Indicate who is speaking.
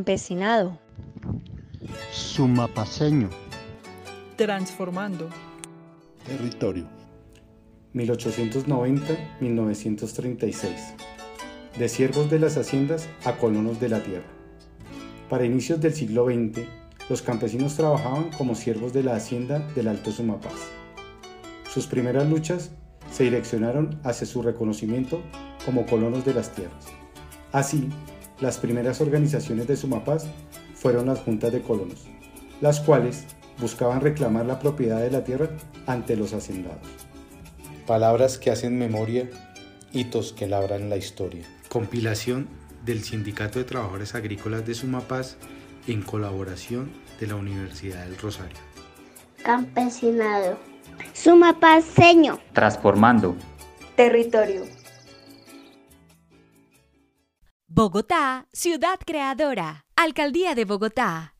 Speaker 1: Campesinado.
Speaker 2: Sumapaseño.
Speaker 3: transformando,
Speaker 4: Territorio.
Speaker 5: 1890-1936. De siervos de las haciendas a colonos de la tierra. Para inicios del siglo XX, los campesinos trabajaban como siervos de la hacienda del Alto Sumapaz. Sus primeras luchas se direccionaron hacia su reconocimiento como colonos de las tierras. Así, las primeras organizaciones de Sumapaz fueron las juntas de colonos, las cuales buscaban reclamar la propiedad de la tierra ante los hacendados.
Speaker 6: Palabras que hacen memoria, hitos que labran la historia. Compilación del Sindicato de Trabajadores Agrícolas de Sumapaz en colaboración de la Universidad del Rosario.
Speaker 7: Campesinado. Sumapaseño.
Speaker 8: transformando.
Speaker 1: Territorio.
Speaker 9: Bogotá, ciudad creadora. Alcaldía de Bogotá.